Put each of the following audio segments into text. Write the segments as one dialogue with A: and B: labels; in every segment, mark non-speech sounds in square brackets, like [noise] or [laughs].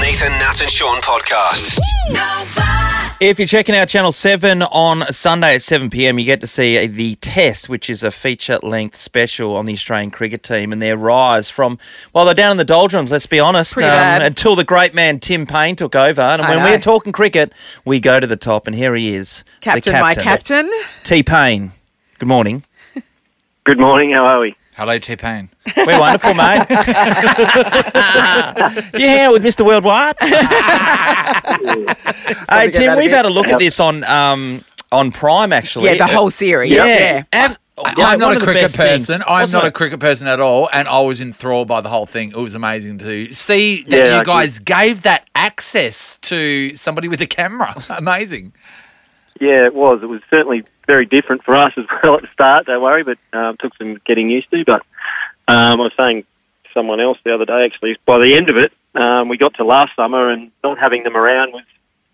A: Nathan, Nat, and Sean podcast.
B: If you're checking out Channel 7 on Sunday at 7 pm, you get to see The Test, which is a feature length special on the Australian cricket team and their rise from, well, they're down in the doldrums, let's be honest, um,
C: Pretty bad.
B: until the great man Tim Payne took over. And
C: I
B: when
C: know.
B: we're talking cricket, we go to the top, and here he is. the
C: Captain, my captain.
B: T Payne. Good morning.
D: Good morning. How are we?
E: Hello, T Pain.
B: We're wonderful,
C: [laughs]
B: mate. [laughs] You're here with Mr.
C: [laughs]
B: Worldwide. hey, Tim, we've had a look at this on um, on Prime, actually. Uh,
C: Yeah, the whole series.
B: Yeah.
C: Yeah.
B: Ab- mate, one
E: I'm
B: of
E: not a
B: the
E: cricket
B: best things,
E: person. I'm
B: wasn't
E: not a
B: it?
E: cricket person at all, and I was enthralled by the whole thing. It was amazing to see that
D: Yeah, I
E: you
D: agree.
E: guys gave that access to somebody with a camera. [laughs] amazing.
D: Yeah, it was. It was certainly very different for us as [laughs] well at the start. Don't worry, but um, took some getting used to. But um, I was saying to someone else the other day, actually, by the end of it, um, we got to last summer, and not having them around was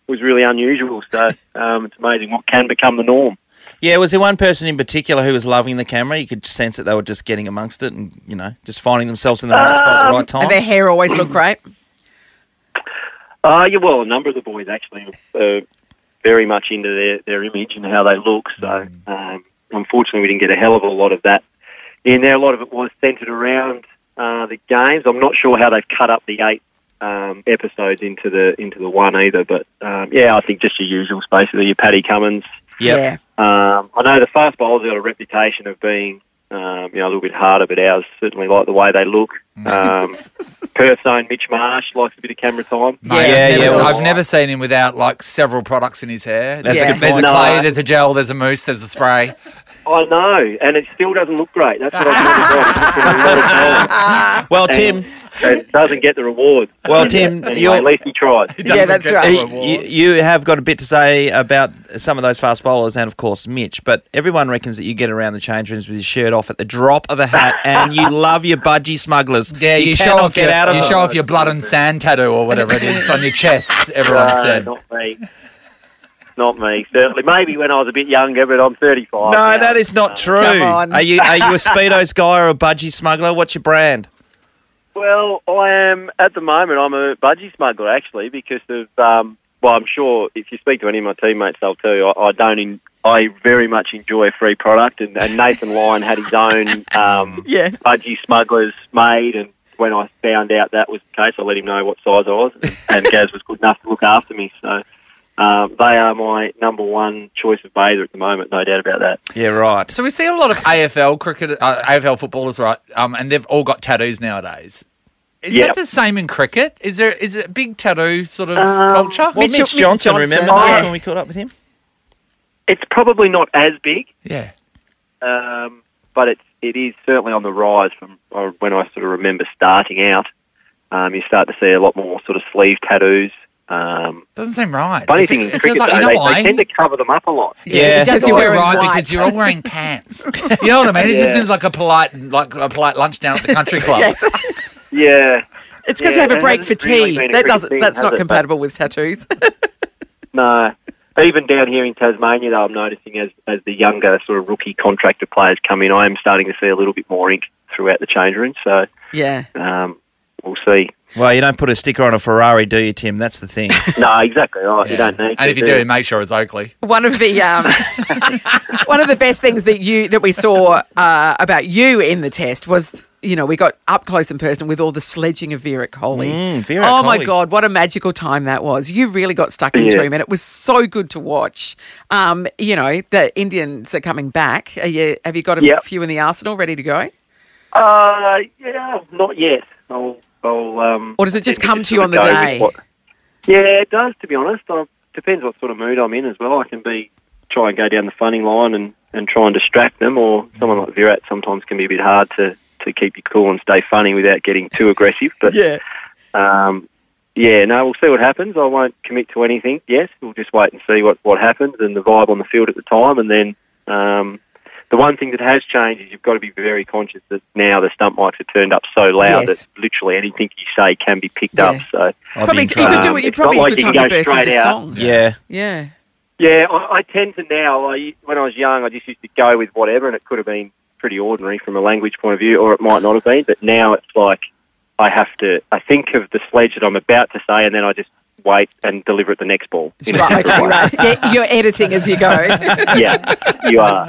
D: was really unusual. So [laughs] um, it's amazing what can become the norm.
B: Yeah, was there one person in particular who was loving the camera? You could sense that they were just getting amongst it and, you know, just finding themselves in the right spot at the right
C: And their
B: [laughs] time.
C: hair always looked great.
D: Uh, yeah, well, a number of the boys actually are very much into their, their image and how they look. So, um, unfortunately, we didn't get a hell of a lot of that in there. A lot of it was centered around uh, the games. I'm not sure how they've cut up the eight um, episodes into the into the one either. But um, yeah, I think just your usual basically your Paddy Cummins.
B: Yep.
D: Um, I know the fast bowlers have got a reputation of being um, you know a little bit harder, but ours certainly like the way they look. Um, Perth's own Mitch Marsh likes a bit of camera time.
E: Mate,
B: Yeah,
E: I've,
B: yeah,
E: never,
B: well-
E: I've never seen him without like several products in his hair.
B: That's
C: a
E: there's
C: good
E: there's
D: point.
E: a clay,
D: No.
E: there's a gel, there's a mousse, there's a spray.
D: I know, and it still doesn't look great. That's what
B: [laughs]
D: I
B: Yeah. Well, Tim,
D: thought. it doesn't get the reward.
B: Well, Tim,
D: Anyway,
B: you're-
D: at least
B: [laughs]
D: he tried.
C: Yeah, that's
E: get
C: right.
E: the
B: Y-
E: reward.
B: y- You have got a bit to say about some of those fast bowlers and, of course, Mitch. But everyone reckons that you get around the change rooms with your shirt off at the drop of a [laughs] hat and you love your budgie smugglers.
E: Yeah, you, show
B: cannot
E: off
B: get
E: your,
B: out of
E: you
B: them.
E: show off your blood and sand tattoo or whatever it is on your chest. Everyone
D: No,
E: said.
D: not me. Not me. Certainly, maybe when I was a bit younger, but I'm 35.
B: No, that is not true.
C: Come on.
B: Are you are you [laughs] a Speedos guy or a budgie smuggler? What's your brand?
D: Well, I am at the moment. I'm a budgie smuggler actually because of. Um, well, I'm sure if you speak to any of my teammates, they'll tell you I, I don't. In, I very much enjoy free product, and, and Nathan Lyon had his own um,
C: Yes.
D: budgie smugglers made and when I found out that was the case, I let him know what size I was, and, and Gaz was good enough to look after me. So um, they are my number one choice of bather at the moment, no doubt about that.
B: Yeah, right.
E: So we see a lot of AFL cricket, uh, AFL footballers, right? Um, and they've all got tattoos nowadays. Is
D: Yeah.
E: that the same in cricket? Is there is it a big tattoo sort of
D: Uh,
E: culture?
B: Well, Mitch,
C: Mitch- Mitch
B: Johnson,
C: Johnson.
B: remember
C: Oh,
B: that's
D: yeah.
B: when we caught up with him?
D: It's probably not as big,
E: yeah.
D: um, but it's it is certainly on the rise from uh, when I sort of remember starting out. Um, you start to see a lot more sort of sleeve tattoos. Um,
E: Doesn't seem right.
D: funny
E: It-
D: thing in
E: it
D: cricket,
E: feels like,
D: though,
E: you know
D: they,
E: why?
D: they tend to cover them up a lot.
B: Yeah.
E: it doesn't
C: Because you're
E: feel
C: wearing
E: right
C: white.
E: because you're
B: [laughs]
E: all wearing pants. you know what I mean? It just
D: Yeah.
E: seems like a polite, like a polite lunch down at
D: [laughs]
E: the country club.
D: Yeah,
C: [laughs] It's because you
D: Yeah,
C: have a
D: that
C: break for
D: hasn't
C: tea.
D: really been a
C: that
D: cricket
C: doesn't.
D: thing,
C: that's
D: has
C: not
D: it? But-
C: compatible
B: [laughs]
C: with tattoos.
D: No. Even down here in Tasmania, though, I'm noticing as, as the younger sort of rookie contractor players come in, I am starting to see a little bit more ink throughout the change room. So
C: yeah.
D: um, we'll
E: [laughs]
D: see.
B: Well, you don't put a sticker on a Ferrari, do you, Tim? That's the
C: [laughs]
B: thing.
D: No, exactly. Right. You don't need.
E: And if
D: to,
E: you do, make sure it's Oakley.
C: One of the
B: [laughs]
C: um, one of the best things that you that we saw uh, about you in the test was. You know, we got up close and personal with all the sledging of Vera Coley.
B: Mm, Vera
C: oh
B: Coley.
C: my God, what a magical time that was! You really got stuck into
D: Yeah.
C: him, and it was so good to watch. Um, you know, the Indians are coming back. Are you, have you got a
D: Yep.
C: few in the arsenal ready to go,
D: Uh, yeah, not yet. I'll. I'll um,
C: or does it just
D: think
C: come
D: it's
C: to you on
D: sort
C: the
D: of go with
C: day?
D: what- Yeah, it does. To be honest, I, depends what sort of mood I'm in as well. I can be try and go down the funny line and, and try and distract them, or someone like Virat sometimes can be a bit hard to, to keep you cool and stay funny without getting too aggressive.
C: [laughs]
D: But
C: Yeah,
D: Um, yeah, no, we'll see what happens. I won't commit to anything. Yes, we'll just wait and see what, what happens and the vibe on the field at the time. And then um, the one thing that has changed is you've got to be very conscious that now the stump mics are turned up so loud
C: Yes.
D: that literally anything you say can be picked
C: Yeah.
D: up. So
B: I'll
C: probably
B: be
C: you could
B: intrigued.
C: do it. You
D: it's not
C: probably a
D: like
C: good
D: you
C: time
D: can
C: to
D: go
C: burst into
D: straight out.
C: song.
B: yeah.
C: yeah.
D: yeah, I, I tend to now. I when I was young, I just used to go with whatever, and it could have been pretty ordinary from a language point of view, or it might not have been. But now it's like I have to. I think of the sledge that I'm about to say, and then I just wait and deliver it the next ball. in a
C: Right,
D: separate
C: okay, [laughs]
D: way.
C: right. Yeah, You're editing as you go.
D: yeah, you are.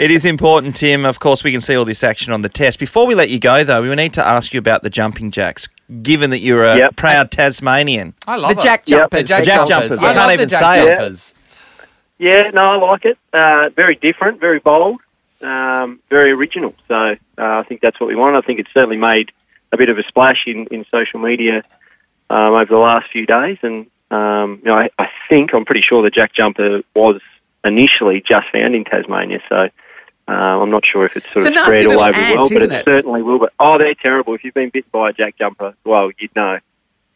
B: It is important, Tim. Of course, we can see all this action on the test. Before we let you go, though, we need to ask you about the jumping jacks, given that you're a
D: Yep.
B: proud
C: [laughs]
B: Tasmanian.
E: I love
C: The
E: it.
C: jack
D: Yep.
C: jumpers.
B: The jack jumpers. I
E: love
B: can't
E: the
B: even
E: jack
B: say it.
E: jumpers.
D: Yeah, no, I like it. Uh, very different, very bold, um, very original. So uh, I think that's what we want. I think it's certainly made a bit of a splash in, in social media um, over the last few days. And um, you know, I, I think I'm pretty sure the Jack Jumper was initially just found in Tasmania. So. Uh, I'm not sure if it's sort
C: It's
D: of
C: a nasty
D: spread all
C: little
D: over
C: ant,
D: the world, but
C: isn't
D: it,
C: it?
D: certainly will. But oh, they're terrible. If you've been bitten by a jack jumper, well, you'd know.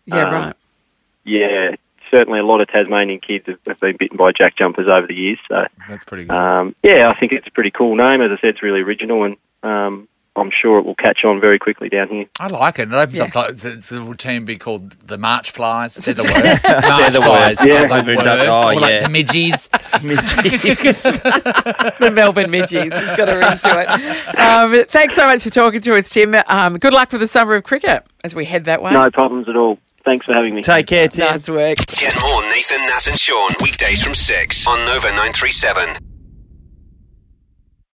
C: Yeah,
D: Um,
C: right. [laughs]
D: Yeah, certainly a lot of Tasmanian kids have, have been bitten by jack jumpers over the years. So
E: That's pretty good.
D: um, yeah, I think it's a pretty cool name. As I said, it's really original, and um, I'm sure it will catch on very quickly down here.
E: I like it. It opens
C: Yeah.
E: up like the, the routine be called the March Flies.
B: [laughs]
E: They're the worst. March
B: They're the worst.
E: Flies.
D: Yeah.
E: are the
B: They've been done-
E: worst.
B: oh,
E: or like
B: yeah.
E: the midgies.
C: the Melbourne Midgies has got a ring to it. Um, thanks so much for talking to us, Tim. Um, good luck for the summer of cricket as we head that way.
D: No problems at all. Thanks for having me.
B: Take care, Tim.
C: Nice work.
A: Get more Nathan, Nat, and Sean weekdays from 6 on Nova 937.